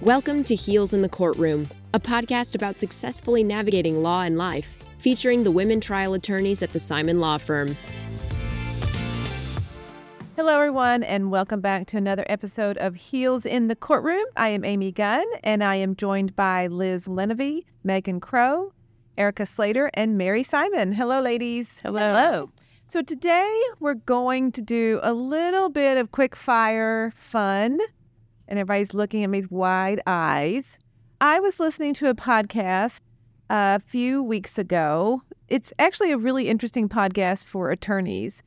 Welcome to Heels in the Courtroom, a podcast about successfully navigating law and life, featuring the women trial attorneys at the Simon Law Firm. Hello, everyone, and welcome back to another episode of Heels in the Courtroom. I am Amy Gunn, and I am joined by Liz Lenevy, Megan Crow, Erica Slater, and Mary Simon. Hello, ladies. Hello. Hello. So, today we're going to do a little bit of quick fire fun, and everybody's looking at me with wide eyes. I was listening to a podcast a few weeks ago. It's actually a really interesting podcast for attorneys.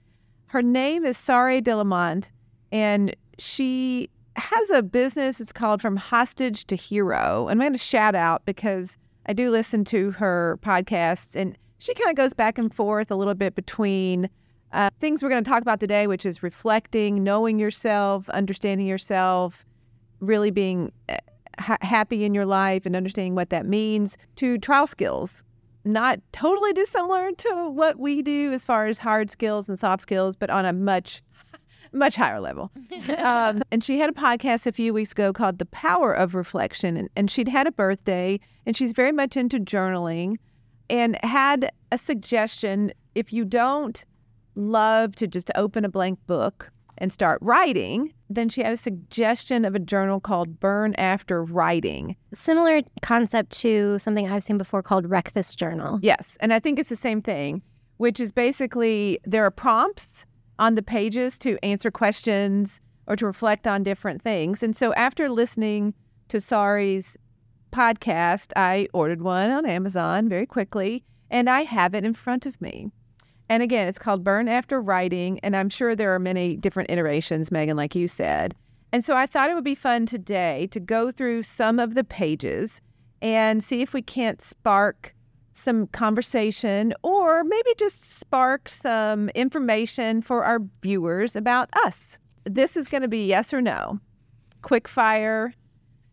Her name is Sare Delamont, and she has a business. It's called From Hostage to Hero. And I'm going to shout out because I do listen to her podcasts, and she kind of goes back and forth a little bit between uh, things we're going to talk about today, which is reflecting, knowing yourself, understanding yourself, really being uh, ha- happy in your life, and understanding what that means, to trial skills, not totally dissimilar to what we do as far as hard skills and soft skills, but on a much, much higher level. um, and she had a podcast a few weeks ago called The Power of Reflection. And, and she'd had a birthday, and she's very much into journaling and had a suggestion if you don't love to just open a blank book and start writing, then she had a suggestion of a journal called Burn After Writing. Similar concept to something I've seen before called Wreck This Journal. Yes. And I think it's the same thing, which is basically there are prompts on the pages to answer questions or to reflect on different things. And so after listening to Sari's podcast, I ordered one on Amazon very quickly and I have it in front of me. And again, it's called Burn After Writing. And I'm sure there are many different iterations, Megan, like you said. And so I thought it would be fun today to go through some of the pages and see if we can't spark some conversation or maybe just spark some information for our viewers about us. This is going to be yes or no. Quick fire.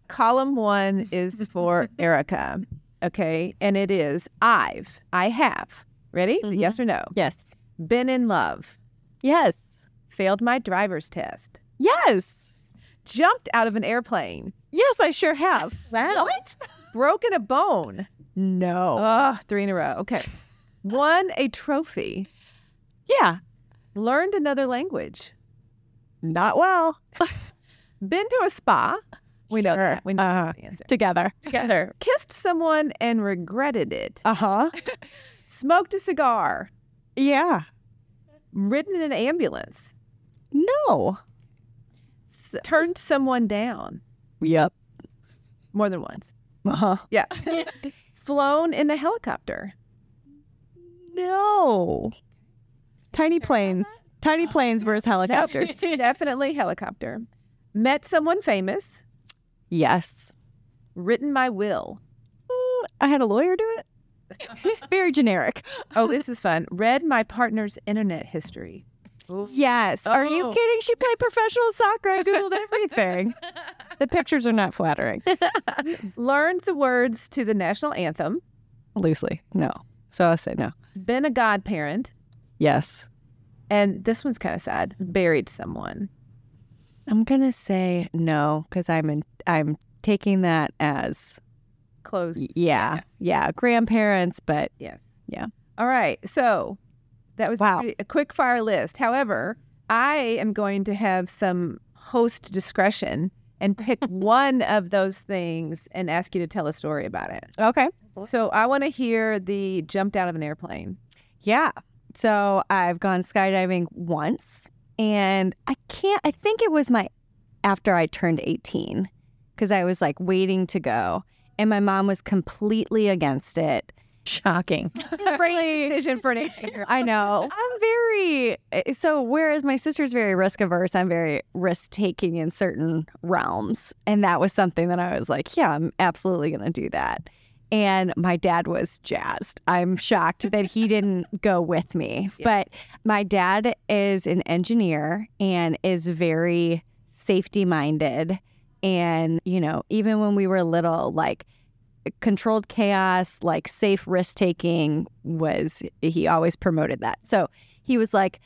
Column one is for Erica. Okay. And it is I've, I have. Ready? Mhm. Yes or no? Yes. Been in love. Yes. Failed my driver's test. Yes. Jumped out of an airplane. Yes, I sure have. Wow. Broken a bone. No. Ugh, three in a row. Okay. Won a trophy. yeah. Learned another language. Not well. Been to a spa. We know Sure. that. We know Uh-huh. the answer. Together. Together. Kissed someone and regretted it. Uh huh. Smoked a cigar. yeah. Ridden in an ambulance. No. S- turned someone down Yep. more than once. Uh huh. Yeah. Flown in a helicopter. No. Tiny planes. Tiny planes versus helicopters. Helicopters. Definitely helicopter. Met someone famous. yes. Written my will. Mm, I had a lawyer do it. Very generic. Oh, this is fun. Read my partner's internet history. Yes. Are you Oh. kidding? She played professional soccer. I Googled everything. the pictures are not flattering. Learned the words to the national anthem. Loosely. No. So I say no. Been a godparent. Yes. And this one's kind of sad. Buried someone. I'm gonna say no because I'm in, I'm taking that as Close. y- yeah, Yes. yeah, grandparents, but Yes. Yeah. All right. So that was Wow. pretty- a quick fire list. However, I am going to have some host discretion and pick one of those things and ask you to tell a story about it. okay, Oh. So I want to hear the jumped out of an airplane. yeah. So I've gone skydiving once, and I can't. I think it was my after I turned 18 because I was like waiting to go, and my mom was completely against it. Shocking. Great decision for an 18 year I know. I'm very eh, so. Whereas my sister's very risk averse, I'm very risk taking in certain realms, and that was something that I was like, yeah, I'm absolutely going to do that. And my dad was jazzed. I'm shocked that he didn't go with me. Yeah. But my dad is an engineer and is very safety minded. And, you know, even when we were little, like controlled chaos, like safe risk taking was, he always promoted that. So he was like,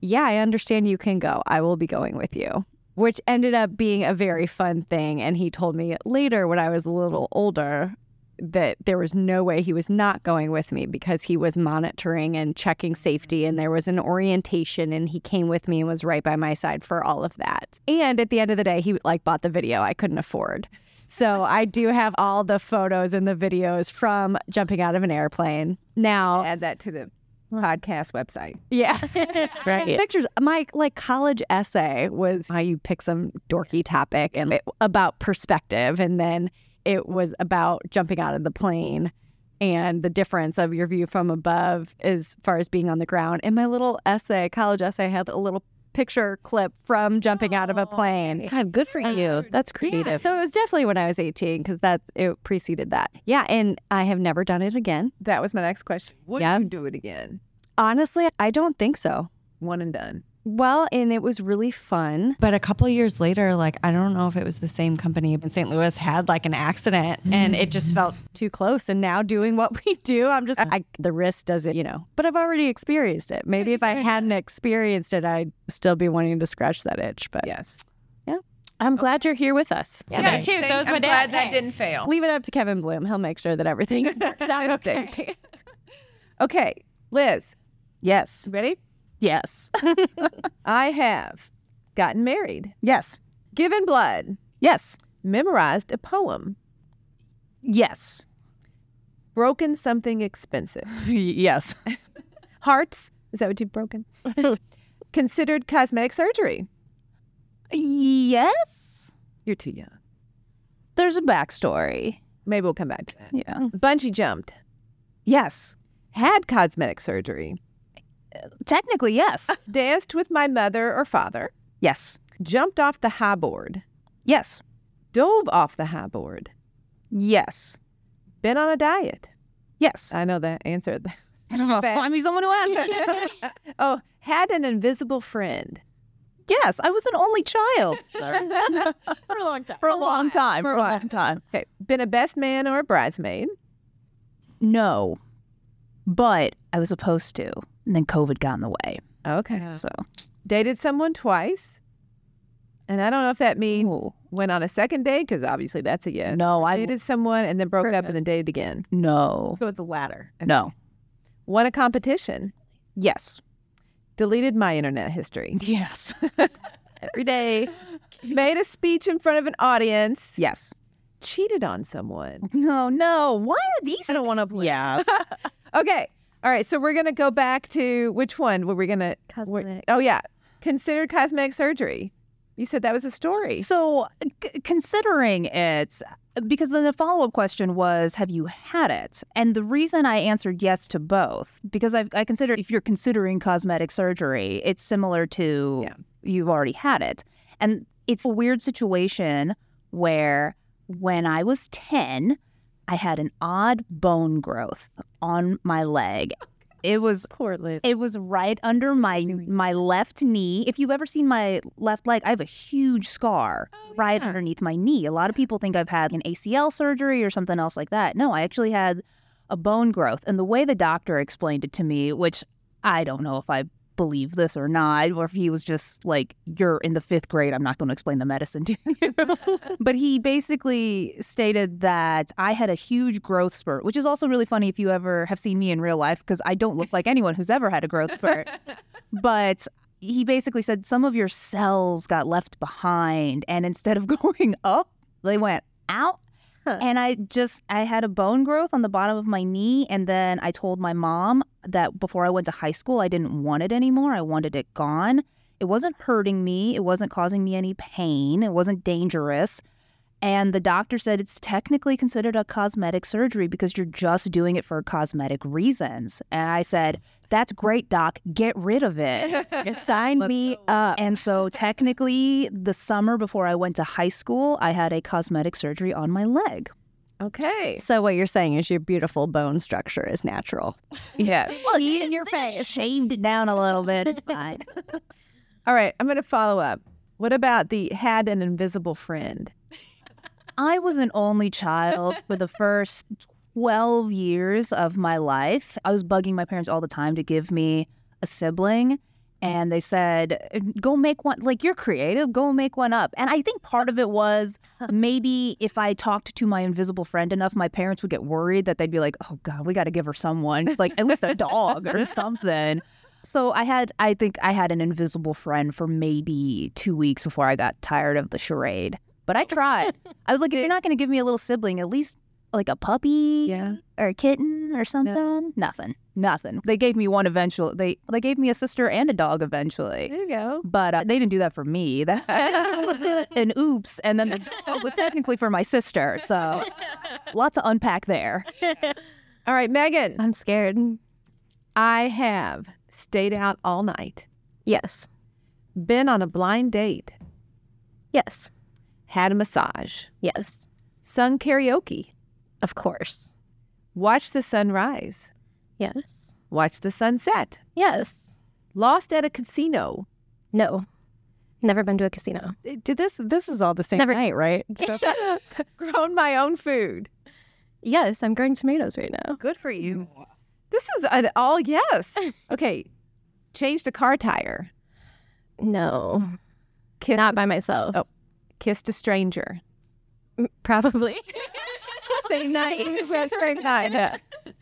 Yeah, I understand you can go. I will be going with you. which ended up being a very fun thing. And he told me later when I was a little older that there was no way he was not going with me because he was monitoring and checking safety and there was an orientation and he came with me and was right by my side for all of that. And at the end of the day he like bought the video I couldn't afford. So I do have all the photos and the videos from jumping out of an airplane. Now, Add that to the podcast website. yeah. I have Pictures. My like college essay was how you pick some dorky topic and it, about perspective, and then it was about jumping out of the plane and the difference of your view from above as far as being on the ground. And my little essay, college essay, had a little picture clip from jumping out of a plane. God, good for you. That's creative. Yeah, so it was definitely when I was 18 because that it preceded that. Yeah, and I have never done it again. That was my next question. Would Yeah. you do it again? Honestly, I don't think so. One and done. Well, and it was really fun. But a couple years later, like I don't know if it was the same company in St. Louis had like an accident and it just felt too close and now doing what we do i'm just Mm. I, the risk doesn't you know but i've already experienced it maybe if i hadn't experienced it i'd still be wanting to scratch that itch but Yes. I'm glad you're here with us. Yeah, too. So is I'm my glad dad. that Hey. didn't fail. leave it up to kevin bloom he'll make sure that everything works out okay Okay, Liz, yes you ready? yes I have gotten married, yes given blood, yes memorized a poem, yes broken something expensive. yes Hearts, is that what you've broken? Considered cosmetic surgery. yes You're too young. there's a backstory Maybe we'll come back to that. yeah Bungee jumped, yes had cosmetic surgery, technically yes danced with my mother or father, yes jumped off the high board, yes dove off the high board, yes been on a diet. yes I know that answer. i mean someone who asked oh, had an invisible friend. yes i was an only child for a long time. for a long time. For a long time. Okay, been a best man or a bridesmaid. No, but I was supposed to, and then COVID got in the way. Okay. So Dated someone twice. And I don't know if that means went on a second date because obviously that's a yes. no, I Dated someone and then broke up and then dated again. no Let's go with the latter. no Won a competition. yes Deleted my internet history. yes Every day. Made a speech in front of an audience. yes Cheated on someone. no no. Why are these? I don't want to play. Yes. Okay. All right. So we're gonna go back to which one were we gonna? were- Cosmetic. oh yeah, considered cosmetic surgery. You said that was a story. So, c- considering it, because then the follow up question was, have you had it? And the reason I answered yes to both, because I, I consider if you're considering cosmetic surgery, it's similar to Yeah. you've already had it. And it's a weird situation where when I was 10, I had an odd bone growth on my leg. It was Poor Liz. it was right under my my left knee. If you've ever seen my left leg, I have a huge scar right underneath my knee. A lot of people think I've had an ACL surgery or something else like that. No, I actually had a bone growth. And the way the doctor explained it to me, which I don't know if I believe this or not, or if he was just like, You're in the fifth grade, I'm not going to explain the medicine to you. but he basically stated that I had a huge growth spurt, which is also really funny if you ever have seen me in real life, because I don't look like anyone who's ever had a growth spurt. but he basically said some of your cells got left behind, and instead of going up, they went out. Huh. And I just I had a bone growth on the bottom of my knee, and then I told my mom that before I went to high school, I didn't want it anymore. I wanted it gone. It wasn't hurting me. It wasn't causing me any pain. It wasn't dangerous. And the doctor said it's technically considered a cosmetic surgery because you're just doing it for cosmetic reasons. And I said, That's great, doc. Get rid of it. Sign me up. and so, technically, the summer before I went to high school, I had a cosmetic surgery on my leg. Okay. So what you're saying is your beautiful bone structure is natural. Yeah. Well, in your face. Shaved it down a little bit. It's fine. All right. I'm gonna follow up. What about the had an invisible friend? I was an only child for the first 12 years of my life. I was bugging my parents all the time to give me a sibling. and they said, "Go make one. Like you're creative. Go make one up." And I think part of it was maybe if I talked to my invisible friend enough, my parents would get worried that they'd be like, "Oh God, we got to give her someone, like at least a dog or something." So I had, I think I had an invisible friend for maybe two weeks before I got tired of the charade. But I tried. I was like, if you're not going to give me a little sibling, at least like a puppy Yeah. or a kitten or something. Nothing. Nothing. They gave me one eventually. They they gave me a sister and a dog eventually. There you go. But uh, they didn't do that for me. That an oops, and then the dog was technically for my sister. So lots to unpack there. All right, Megan. I'm scared. I have stayed out all night, Yes. been on a blind date, Yes. had a massage, Yes. sung karaoke, Of course. watched the sunrise, Yes. watched the sunset, Yes. lost at a casino. No. Never been to a casino. Did this? This is all the same Never- night, right? grown my own food. Yes, I'm growing tomatoes right now. Good for you. This is an all yes. Okay. Changed a car tire. No. Not by myself. Oh. Kissed a stranger. Probably. Same night. We had same night.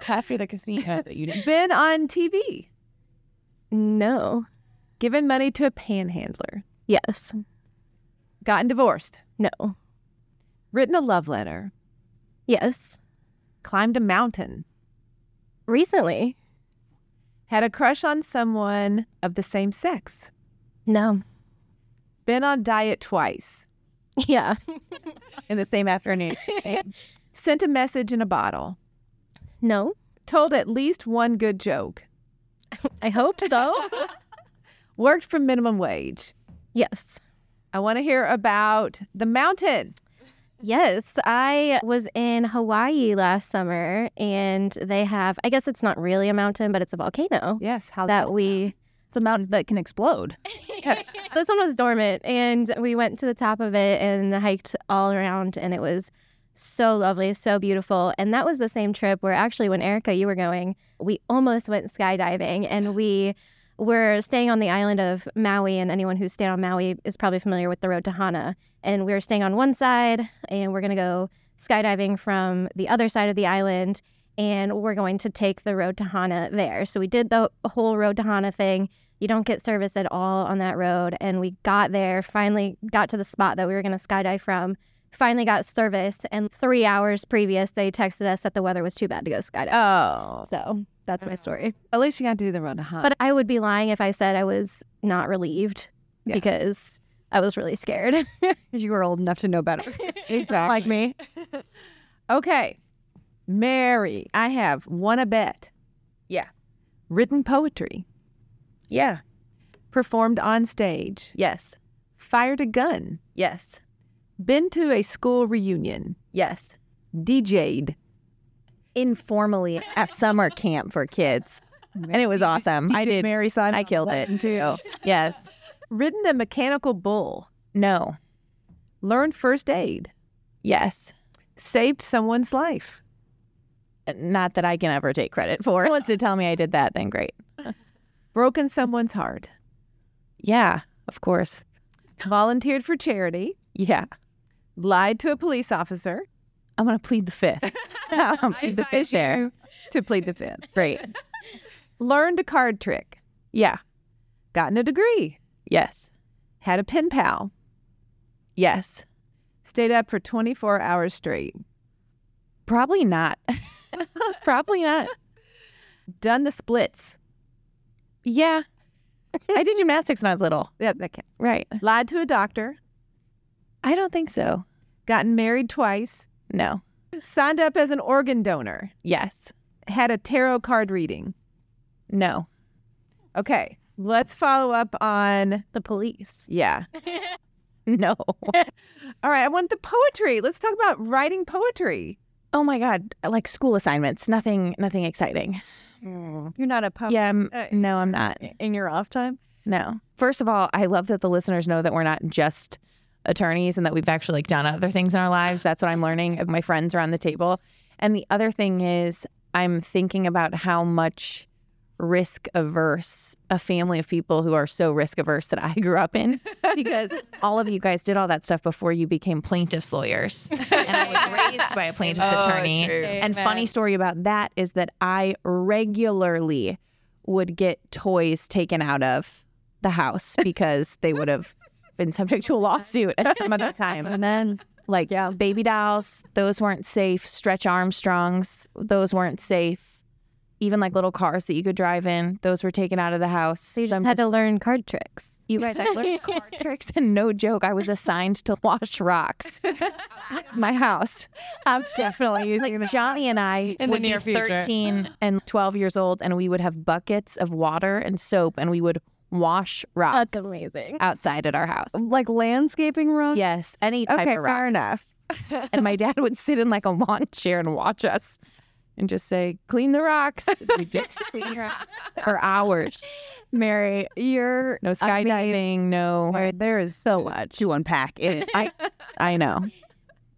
After the casino that you didn't. Been on TV. No. Given money to a panhandler. Yes. Gotten divorced. No. Written a love letter. Yes. Climbed a mountain. Recently. Had a crush on someone of the same sex. No. Been on diet twice Yeah. in the same afternoon. Sent a message in a bottle. No. Told at least one good joke. I hope so. Worked for minimum wage. yes. I want to hear about the mountain. Yes, I was in Hawaii last summer and they have I guess it's not really a mountain but it's a volcano Yes, how that we It's a mountain that can explode. this one was dormant and we went to the top of it and hiked all around and it was so lovely so beautiful and that was the same trip where actually when erica you were going we almost went skydiving and we were staying on the island of maui and anyone who's stayed on maui is probably familiar with the road to hana and we were staying on one side and we're going to go skydiving from the other side of the island and we're going to take the road to hana there so we did the whole road to hana thing you don't get service at all on that road. And we got there, finally got to the spot that we were going to skydive from, finally got service. And three hours previous, they texted us that the weather was too bad to go skydive. Oh, So that's my story. at least you got to do the run to hunt. But I would be lying if I said I was not relieved Yeah. because I was really scared. Because you were old enough to know better, exactly. like me. okay, Mary, I have won a bet. Yeah. Written poetry, Yeah. performed on stage, Yes. fired a gun, Yes. been to a school reunion, Yes. DJ'd. Informally at summer camp for kids, and it was awesome. I did. Mary Simon. I killed it too. Yes. Ridden a mechanical bull, No. learned first aid, Yes. saved someone's life. Not that I can ever take credit for. Wants to tell me I did that, then great. broken someone's heart, Yeah, of course. volunteered for charity, Yeah, lied to a police officer I'm gonna plead the fifth. I'm gonna plead the fifth there. to plead the fifth, Great. learned a card trick, Yeah. gotten a degree, Yes. had a pen pal, Yes. stayed up for 24 hours straight, Probably not. Probably not. done the splits. Yeah. I did gymnastics when I was little. Yeah, that counts. Right. Lied to a doctor, I don't think so. gotten married twice, No. signed up as an organ donor, Yes. had a tarot card reading. No. Okay, let's follow up on, the police. yeah. No. All right, I want the poetry. Let's talk about writing poetry. oh my god. Like school assignments. Nothing. Nothing exciting. You're not a poet. Yeah. I'm, Uh, no, I'm not. In your off time? No. First of all, I love that the listeners know that we're not just attorneys and that we've actually like done other things in our lives. That's what I'm learning. My friends around the table. And the other thing is I'm thinking about how much risk averse, a family of people who are so risk averse that I grew up in because all of you guys did all that stuff before you became plaintiff's lawyers. and I was raised by a plaintiff's attorney. And funny story about that is that I regularly would get toys taken out of the house because they would have been subject to a lawsuit at some other time. And then like yeah, baby dolls, those weren't safe. Stretch Armstrongs, those weren't safe. Even like little cars that you could drive in, those were taken out of the house. So you So just I'm had to learn card tricks. you guys, I learned card tricks, and no joke, I was assigned to wash rocks. at My house. I'm definitely using like Johnny and I In the would be near future. 13 and 12 years old, and we would have buckets of water and soap, and we would wash rocks That's amazing. outside at our house. like landscaping rocks. Yes, any type Okay, fair of rock. enough. And my dad would sit in like a lawn chair and watch us, and just say, "Clean the rocks." We just clean the rocks for hours. Mary, you're No skydiving. No. there is so much. to unpack it. I I know.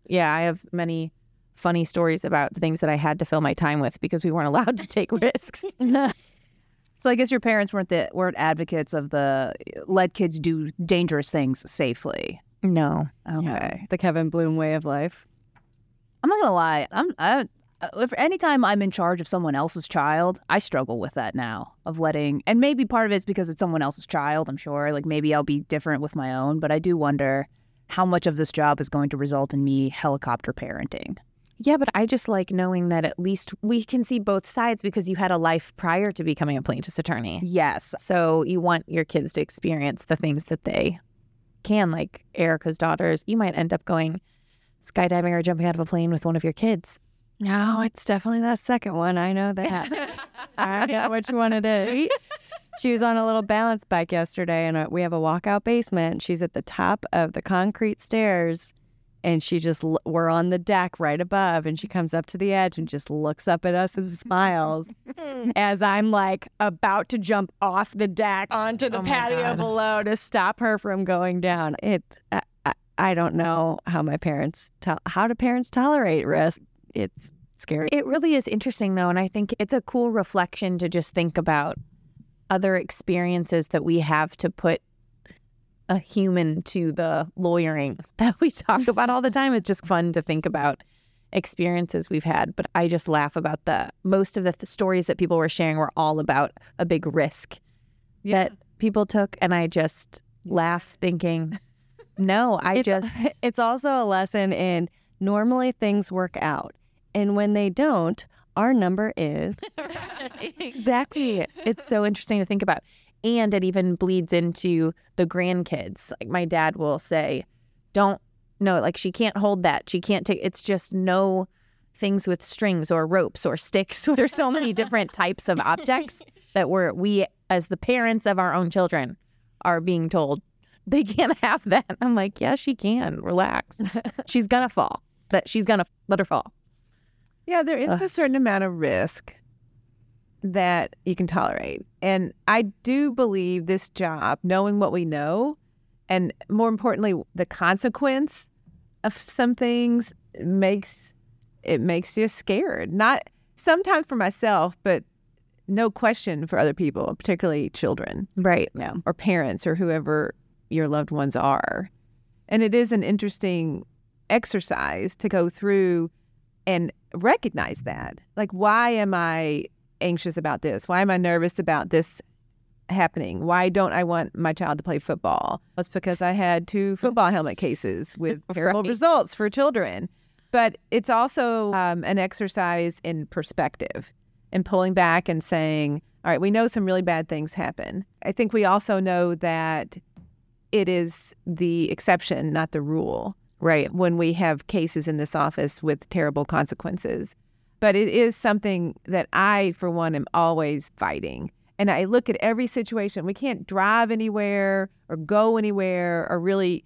Yeah, I have many funny stories about the things that I had to fill my time with because we weren't allowed to take risks. So I guess your parents weren't the weren't advocates of the let kids do dangerous things safely. No. Okay. The Kevin Bloom way of life. I'm not gonna lie. I'm I, uh, if anytime I'm in charge of someone else's child, I struggle with that now of letting. And maybe part of it's because it's someone else's child. I'm sure. Like maybe I'll be different with my own, but I do wonder how much of this job is going to result in me helicopter parenting. Yeah, but I just like knowing that at least we can see both sides because you had a life prior to becoming a plaintiff's attorney. Yes. So you want your kids to experience the things that they can, like Erica's daughters. You might end up going skydiving or jumping out of a plane with one of your kids. No, it's definitely that second one. I know that. I know which one it is. She was on a little balance bike yesterday, and uh, we have a walkout basement. She's at the top of the concrete stairs, and she just, l- we're on the deck right above, and she comes up to the edge and just looks up at us and smiles as I'm like about to jump off the deck onto the Oh my patio God. below to stop her from going down. It, I, I, I don't know how my parents, to- how do parents tolerate risk? It's scary. It really is interesting, though. And I think it's a cool reflection to just think about other experiences that we have to put a human to the lawyering that we talk about all the time. It's just fun to think about experiences we've had. But I just laugh about the most of the th- stories that people were sharing were all about a big risk that people took. And I just laugh thinking, no, I It's- just, It's also a lesson in normally things work out. And when they don't, our number is Exactly. It's so interesting to think about. And it even bleeds into the grandkids. Like my dad will say, don't, no, like she can't hold that. She can't take, it's just no things with strings or ropes or sticks. There's so many different types of objects that we're, we as the parents of our own children are being told they can't have that. I'm like, yeah, she can. Relax. she's going to fall. That she's going to let her fall. Yeah, there is Ugh. a certain amount of risk that you can tolerate. And I do believe this job, knowing what we know, and more importantly, the consequence of some things makes it makes you scared. Not sometimes for myself, but no question for other people, particularly children Right. or parents or whoever your loved ones are. And it is an interesting exercise to go through and recognize that. Like, why am I anxious about this? Why am I nervous about this happening? Why don't I want my child to play football? It's because I had two football helmet cases with terrible Right. results for children. But it's also um, an exercise in perspective and pulling back and saying, all right, we know some really bad things happen. I think we also know that it is the exception, not the rule, Right. when we have cases in this office with terrible consequences. But it is something that I, for one, am always fighting. And I look at every situation. We can't drive anywhere or go anywhere or really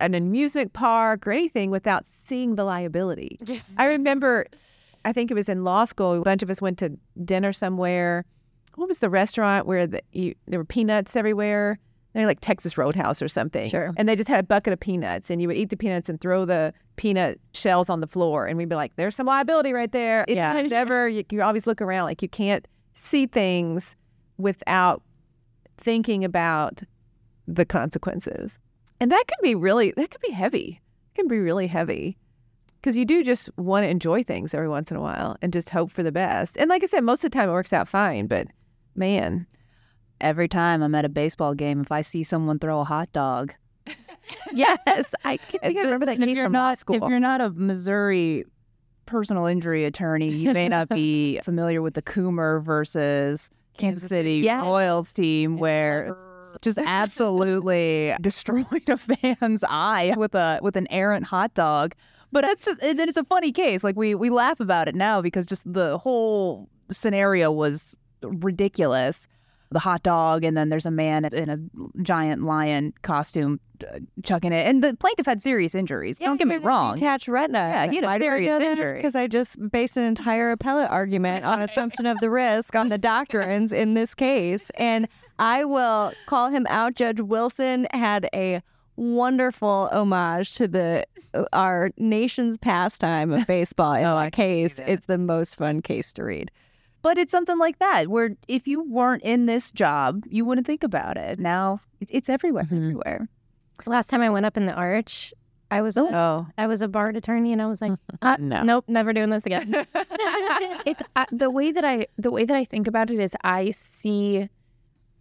an amusement park or anything without seeing the liability. I remember, I think it was in law school. A bunch of us went to dinner somewhere. What was the restaurant where the, you, there were peanuts everywhere? They're like Texas Roadhouse or something. Sure. And they just had a bucket of peanuts, and you would eat the peanuts and throw the peanut shells on the floor, and we'd be like, "There's some liability right there." It's Yeah. never. You, you always look around like you can't see things without thinking about the consequences. And that can be really, that can be heavy. It can be really heavy because you do just want to enjoy things every once in a while and just hope for the best. And like I said, most of the time it works out fine, but man, Every time I'm at a baseball game, if I see someone throw a hot dog, yes, I can think I remember that case you're from not- law if school. If you're not a Missouri personal injury attorney, you may not be familiar with the Coomer versus Kansas City Yes. Royals team, where just absolutely destroyed a fan's eye with a with an errant hot dog. But that's just and then it's a funny case. Like we we laugh about it now because just the whole scenario was ridiculous. The hot dog, and then there's a man in a giant lion costume uh, chucking it. And the plaintiff had serious injuries. Don't get me wrong. Detached retina. Yeah, he had a serious injury. Because I just based an entire appellate argument on assumption of the risk on the doctrines in this case, and I will call him out. Judge Wilson had a wonderful homage to the uh, our nation's pastime of baseball. In Oh, I that can case, see that. it's the most fun case to read. But it's something like that where if you weren't in this job, you wouldn't think about it. Now it- it's everywhere. It's everywhere. Last time I went up in the arch, I was a, Oh, I was a barred attorney, and I was like, uh, Oh. No. nope, never doing this again. it's uh, the way that I the way that I think about it is I see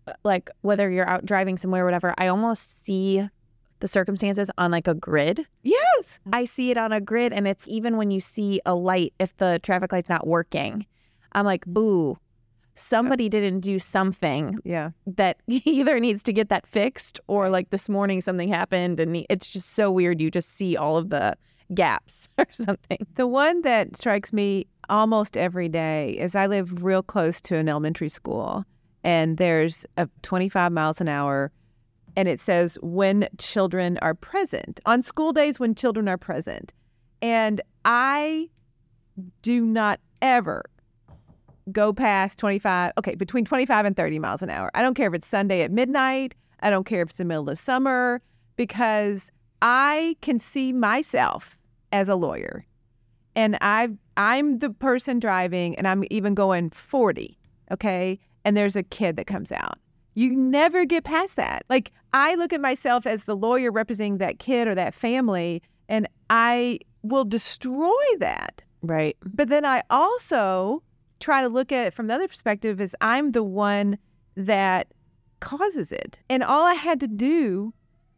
uh, like whether you're out driving somewhere or whatever, I almost see the circumstances on like a grid. yes, I see it on a grid and it's even when you see a light if the traffic light's not working. I'm like, "Boo. Somebody didn't do something yeah. that either needs to get that fixed or like this morning something happened and the- it's just so weird you just see all of the gaps or something." The one that strikes me almost every day is I live real close to an elementary school, and there's a 25 miles an hour, and it says when children are present on school days when children are present. And I do not ever go past 25, okay, between 25 and 30 miles an hour. I don't care if it's Sunday at midnight, I don't care if it's the middle of summer, because I can see myself as a lawyer and I I'm the person driving and I'm even going 40, okay? And there's a kid that comes out. You never get past that. Like I look at myself as the lawyer representing that kid or that family and I will destroy that. Right. But then I also try to look at it from the other perspective is I'm the one that causes it. And all I had to do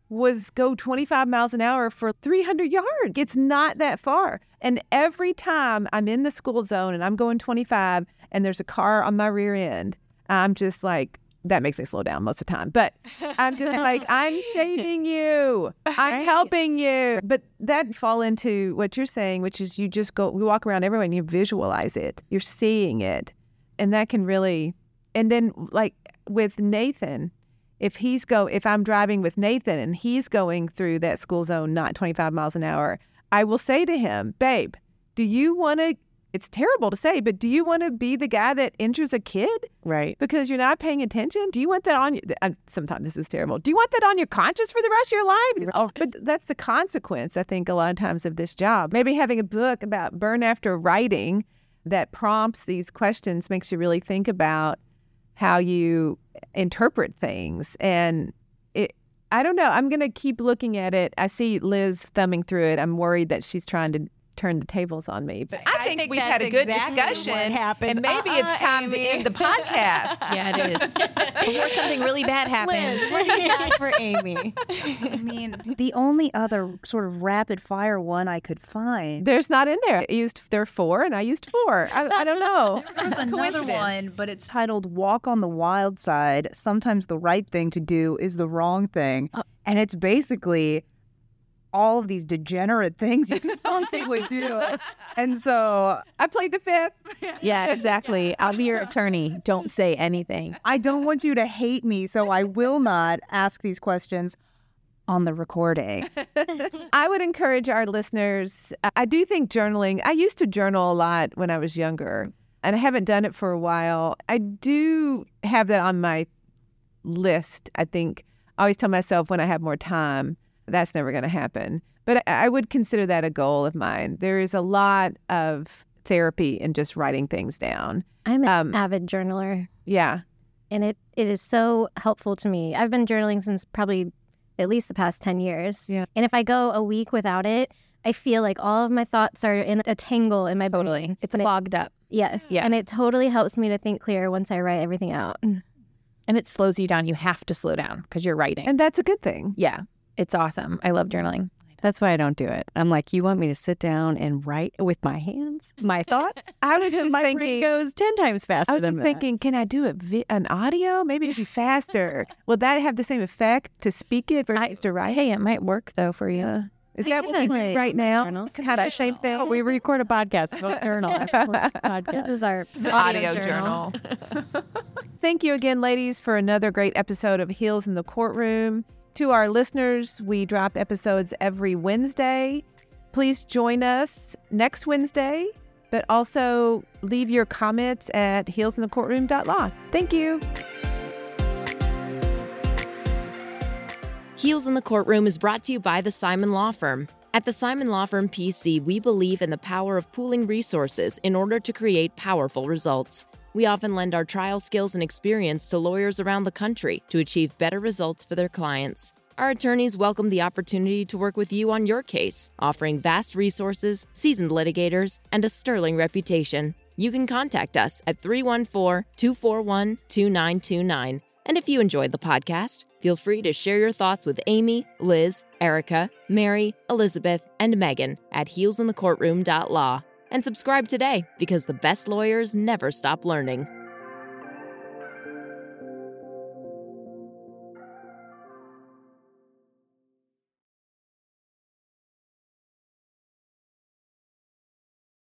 was go 25 miles an hour for 300 yards. It's not that far. And every time I'm in the school zone and I'm going 25 and there's a car on my rear end, I'm just like, that makes me slow down most of the time. But I'm just like, I'm saving you. I'm helping you. But that fall into what you're saying, which is you just go, we walk around everywhere and you visualize it. You're seeing it. And that can really, and then like with Nathan, if he's go if I'm driving with Nathan and he's going through that school zone not 25 miles an hour, I will say to him, "Babe, do you want to it's terrible to say, but do you want to be the guy that injures a kid Right. because you're not paying attention? Do you want that on your uh, sometimes this is terrible. Do you want that on your conscience for the rest of your life? Oh, but that's the consequence I think a lot of times of this job. Maybe having a book about burn after writing that prompts these questions makes you really think about how you interpret things and it i don't know i'm going to keep looking at it i see liz thumbing through it i'm worried that she's trying to turn the tables on me but i, think, we've had a good discussion and maybe it's time to end the podcast Yeah, it is. Before something really bad happens. for Amy. I mean, the only other sort of rapid fire one I could find. there's not in there i used there are four and i used four i, I don't know There's another Coincidence. one, but it's titled Walk on the Wild Side. Sometimes the right thing to do is the wrong thing. Uh, And it's basically all of these degenerate things you can possibly do. And so i played the fifth Yeah, exactly. I'll be your attorney. Don't say anything. I don't want you to hate me, so I will not ask these questions on the recording. I would encourage our listeners. I- I do think journaling, I used to journal a lot when I was younger, and I haven't done it for a while. I do have that on my list. I think I always tell myself when I have more time, that's never going to happen. But I, I would consider that a goal of mine. There is a lot of therapy and just writing things down. I'm an Um, avid journaler, Yeah. and it, it is so helpful to me. I've been journaling since probably at least the past 10 years. Yeah. And if I go a week without it, I feel like all of my thoughts are in a tangle in my brain. Totally. It's And it- clogged up Yes. Yeah. And it totally helps me to think clear once I write everything out. and it slows you down. You have to slow down because you're writing. And that's a good thing. yeah, it's awesome. I love journaling. That's why I don't do it. I'm like, you want me to sit down and write with my hands, my thoughts? I was just my brain thinking goes ten times faster I was than uh, just thinking, can I do it vi- an audio? Maybe it'd be faster. Will that have the same effect to speak it versus to write? Hey, it might work though for you. Is that what we do right now? Journal. It's kind of the same thing. that. Oh, we record a podcast. Don't journal. podcast. This is our It's an audio, audio journal. Thank you again, ladies, for another great episode of Heels in the Courtroom. To our listeners, we drop episodes every Wednesday. Please join us next Wednesday, but also leave your comments at heelsinthecourtroom.law. Thank you. Heels in the Courtroom is brought to you by the Simon Law Firm. At the Simon Law Firm PC, we believe in the power of pooling resources in order to create powerful results. We often lend our trial skills and experience to lawyers around the country to achieve better results for their clients. Our attorneys welcome the opportunity to work with you on your case, offering vast resources, seasoned litigators, and a sterling reputation. You can contact us at 314 241 2929. And if you enjoyed the podcast, feel free to share your thoughts with Amy, Liz, Erica, Mary, Elizabeth, and Megan at heelsinthecourtroom.law. And subscribe today because the best lawyers never stop learning.